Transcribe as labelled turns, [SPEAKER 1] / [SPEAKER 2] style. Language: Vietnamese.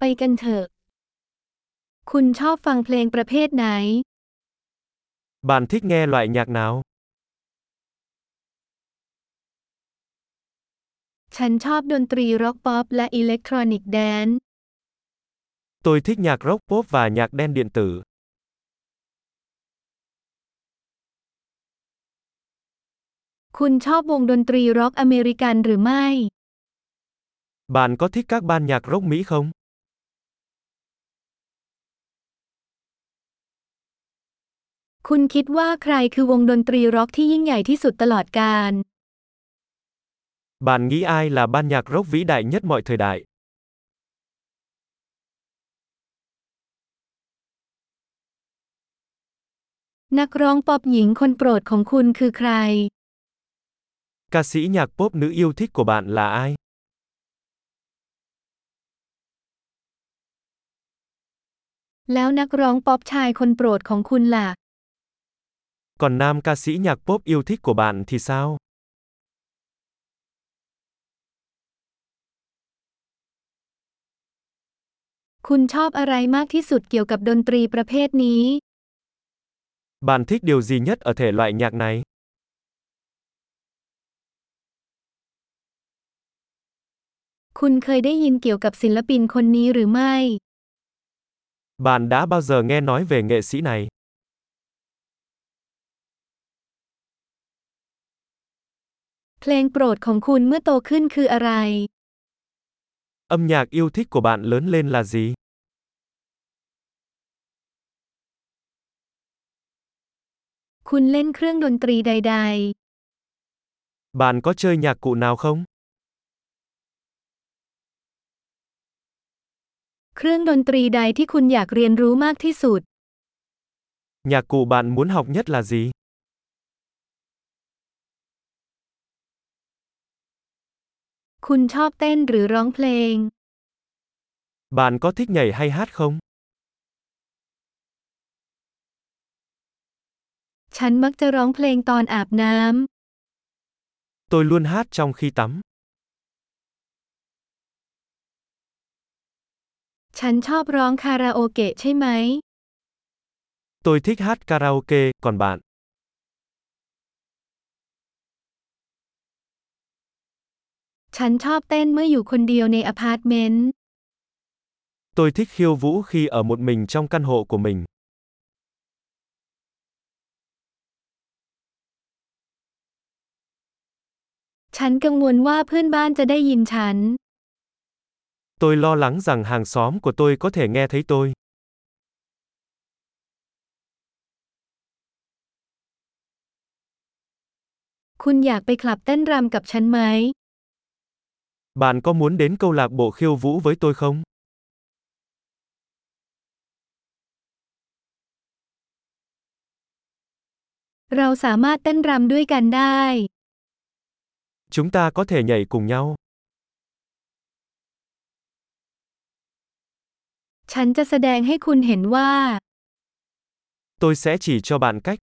[SPEAKER 1] กันเถอะ คุณชอบฟังเพลงประเภทไหน
[SPEAKER 2] Bạn thích nghe loại nhạc nào?
[SPEAKER 1] ฉันชอบดนตรีร็อกป๊อปและอิเล็กทรอนิกส์แดนซ์
[SPEAKER 2] Tôi thích nhạc rock pop và nhạc đen điện tử.
[SPEAKER 1] คุณชอบวงดนตรีร็อกอเมริกันหรือไม่
[SPEAKER 2] Bạn có thích các ban nhạc rock Mỹ không?
[SPEAKER 1] คุณคิดว่าใครคือวงดนตรีร็อกที่ยิ่งใหญ่ที่สุดตลอดกาล
[SPEAKER 2] Bạn nghĩ ai là ban nhạc rock vĩ đại nhất mọi thời đại?
[SPEAKER 1] นักร้องป๊อปหญิงคนโปรดของคุณคือใคร
[SPEAKER 2] Ca sĩ nhạc pop nữ yêu thích của bạn là ai?
[SPEAKER 1] แล้วนักร้องป๊อปชายคนโปรดของคุณล่ะ
[SPEAKER 2] Còn nam ca sĩ nhạc pop yêu thích của bạn thì sao?
[SPEAKER 1] คุณชอบอะไรมากที่สุดเกี่ยวกับดนตรีประเภทนี้
[SPEAKER 2] Bạn thích điều gì nhất ở thể loại nhạc này?
[SPEAKER 1] คุณเคยได้ยินเกี่ยวกับศิลปินคนนี้หรือไม่
[SPEAKER 2] Bạn đã bao giờ nghe nói về nghệ sĩ này?
[SPEAKER 1] เพลงโปรดของคุณเมื่อโตขึ้นคืออะไร
[SPEAKER 2] Âm nhạc yêu thích của bạn lớn lên là gì?
[SPEAKER 1] คุณเล่นเครื่องดนตรีใด
[SPEAKER 2] Bạn có chơi nhạc cụ nào không?
[SPEAKER 1] ๆ เครื่องดนตรีใดที่คุณอยากเรียนรู้มากที่สุด
[SPEAKER 2] Nhạc cụ bạn muốn học nhất là gì?
[SPEAKER 1] คุณชอบเต้นหรือร้องเพลง
[SPEAKER 2] Bạn có thích nhảy hay hát không?
[SPEAKER 1] ฉันมักจะร้องเพลงตอนอาบน้ำ
[SPEAKER 2] Tôi luôn hát trong khi tắm.
[SPEAKER 1] ฉันชอบร้องคาราโอเกะใช่ไหม
[SPEAKER 2] Tôi thích hát karaoke, còn bạn?
[SPEAKER 1] ฉันชอบเต้นเมื่ออยู่คนเดียวในอพาร์ตเมนต์
[SPEAKER 2] Tôi thích khiêu vũ khi ở một mình trong căn hộ của mình.
[SPEAKER 1] ฉันกังวลว่าเพื่อนบ้านจะได้ยินฉัน
[SPEAKER 2] Tôi lo lắng rằng hàng xóm của tôi có thể nghe thấy tôi.
[SPEAKER 1] คุณอยากไปคลับเต้นรำกับฉันไหม
[SPEAKER 2] Bạn có muốn đến câu lạc bộ khiêu vũ với tôi không?
[SPEAKER 1] เราสามารถเต้นรำด้วยกันได้
[SPEAKER 2] Chúng ta có thể nhảy cùng nhau.
[SPEAKER 1] ฉันจะแสดงให้คุณเห็นว่า
[SPEAKER 2] Tôi sẽ chỉ cho bạn cách